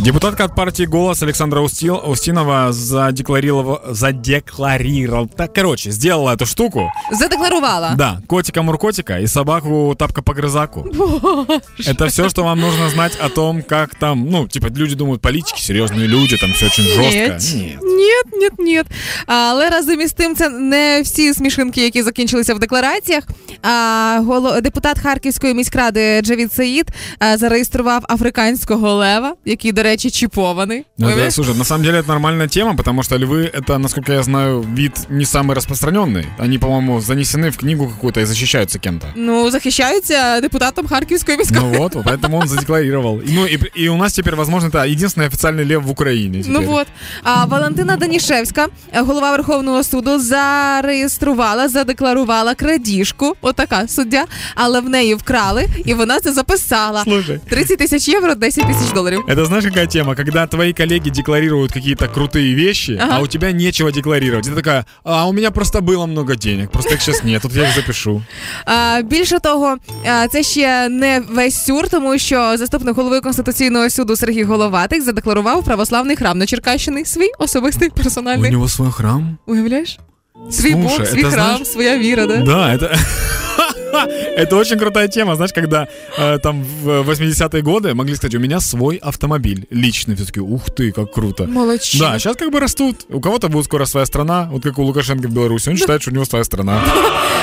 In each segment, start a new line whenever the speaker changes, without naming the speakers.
Депутатка от партии «Голос» Александра Устил, Устинова задекларировала... задекларировала... Так, короче, сделала эту штуку.
Задекларувала.
Да, котика-муркотика и собаку тапка-погрызаку. Это все, что вам нужно знать о том, как там... Ну, типа, люди думают, политики, серьезные люди, там все очень жестко.
Ні, ні, ні. Але разом із тим, це не всі смішинки, які закінчилися в деклараціях. А, голо- Депутат Харківської міськради Джавід Саїд а, зареєстрував африканського лева, який, до речі, чіпований.
Ну, да,
Уявляєш?
слушай, на самом деле это нормальная тема, потому что львы это, насколько я знаю, вид не самый распространенный. Они, по-моему, занесены в книгу какую-то і защищаются кем-то.
Ну, захищаються депутатом Харківської міської.
Ну вот, поэтому он задекларировал. И, Ну и, и у нас теперь, возможно, это единственный официальный лев в Украине. теперь.
Ну от а, Валентина Данішевська, е, голова Верховного суду, зареєструвала, задекларувала крадіжку. Отака суддя, але в неї вкрали, і вона це записала.
Слушай,
30 тисяч євро, 10 тисяч доларів.
это знаешь какая тема? Когда твои коллеги декларируют какие-то крутые вещи,
Ага.
а у тебя нечего декларировать. И ты такая, а у меня просто было много денег, просто их сейчас нет, тут я их запишу.
А, більше того, а, це ще не весь сюр, тому що заступник голови конституційного суду Сергій Головатик задекларував православний храм на Черкащині свій особистий
У
персональний.
него свой храм?
Уявляєш? Свій
Слушай,
Бог,
це
свій храм,
знаєш-
своя віра, да?
Да, это... Это очень крутая тема, знаешь, когда э, там в 80-е годы могли сказать, у меня свой автомобиль личный, все-таки, ух ты, как круто.
Молодчина.
Да, сейчас как бы растут. У кого-то будет скоро своя страна, вот как у Лукашенко в Беларуси. Он считает, что у него своя страна.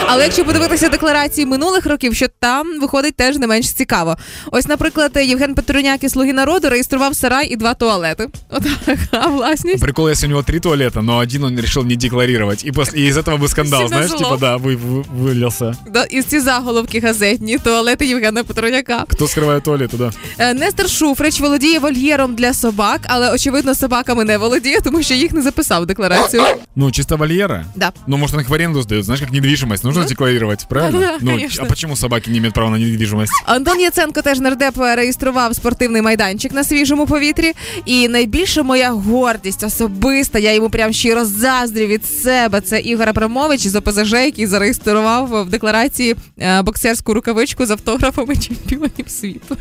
Але якщо подивитися декларації минулих років, що там виходить теж не менш цікаво. Ось, наприклад, Євген Петруняк із Слуги народу реєстрував сарай і два туалети. Отака власність.
Прикол, если у него три туалета, но один он решил не декларировать. И, после, и из этого бы скандал,
Сильно
знаешь,
зло.
типа, да, вы, вы- вылился.
Да, І ці заголовки газетні туалети Євгена Петруняка.
Кто скрывает туалеты, да?
Е, Нестер Шуфрич володіє вольєром для собак, але очевидно собаками не володіє, тому що їх не записав в декларацію.
Ну, чисто вольера.
Да.
Ну, может, он их в аренду сдает, знаешь, как недвижимость. Нужно декларировать, правильно?
Да-да,
Ну,
конечно.
а почему собаки не имеют права на недвижимость?
Антон Яценко теж нардеп е, реєстрував спортивний майданчик на свіжому повітрі. І найбільше моя гордість особиста. Я йому прям щиро заздрю від себе. Це Ігор Абрамович з ОПЗЖ, який зареєстрував в декларації е, боксерську рукавичку з автографами чемпіонів світу.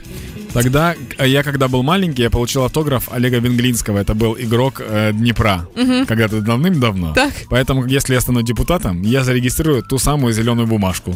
Тогда, э, я когда был маленький, я получил автограф Олега Венглинского. Это был игрок э, Днепра. Когда-то давным-давно.
Так.
Поэтому, если я стану депутатом, я зарегистрирую ту самую зеленую бумажку.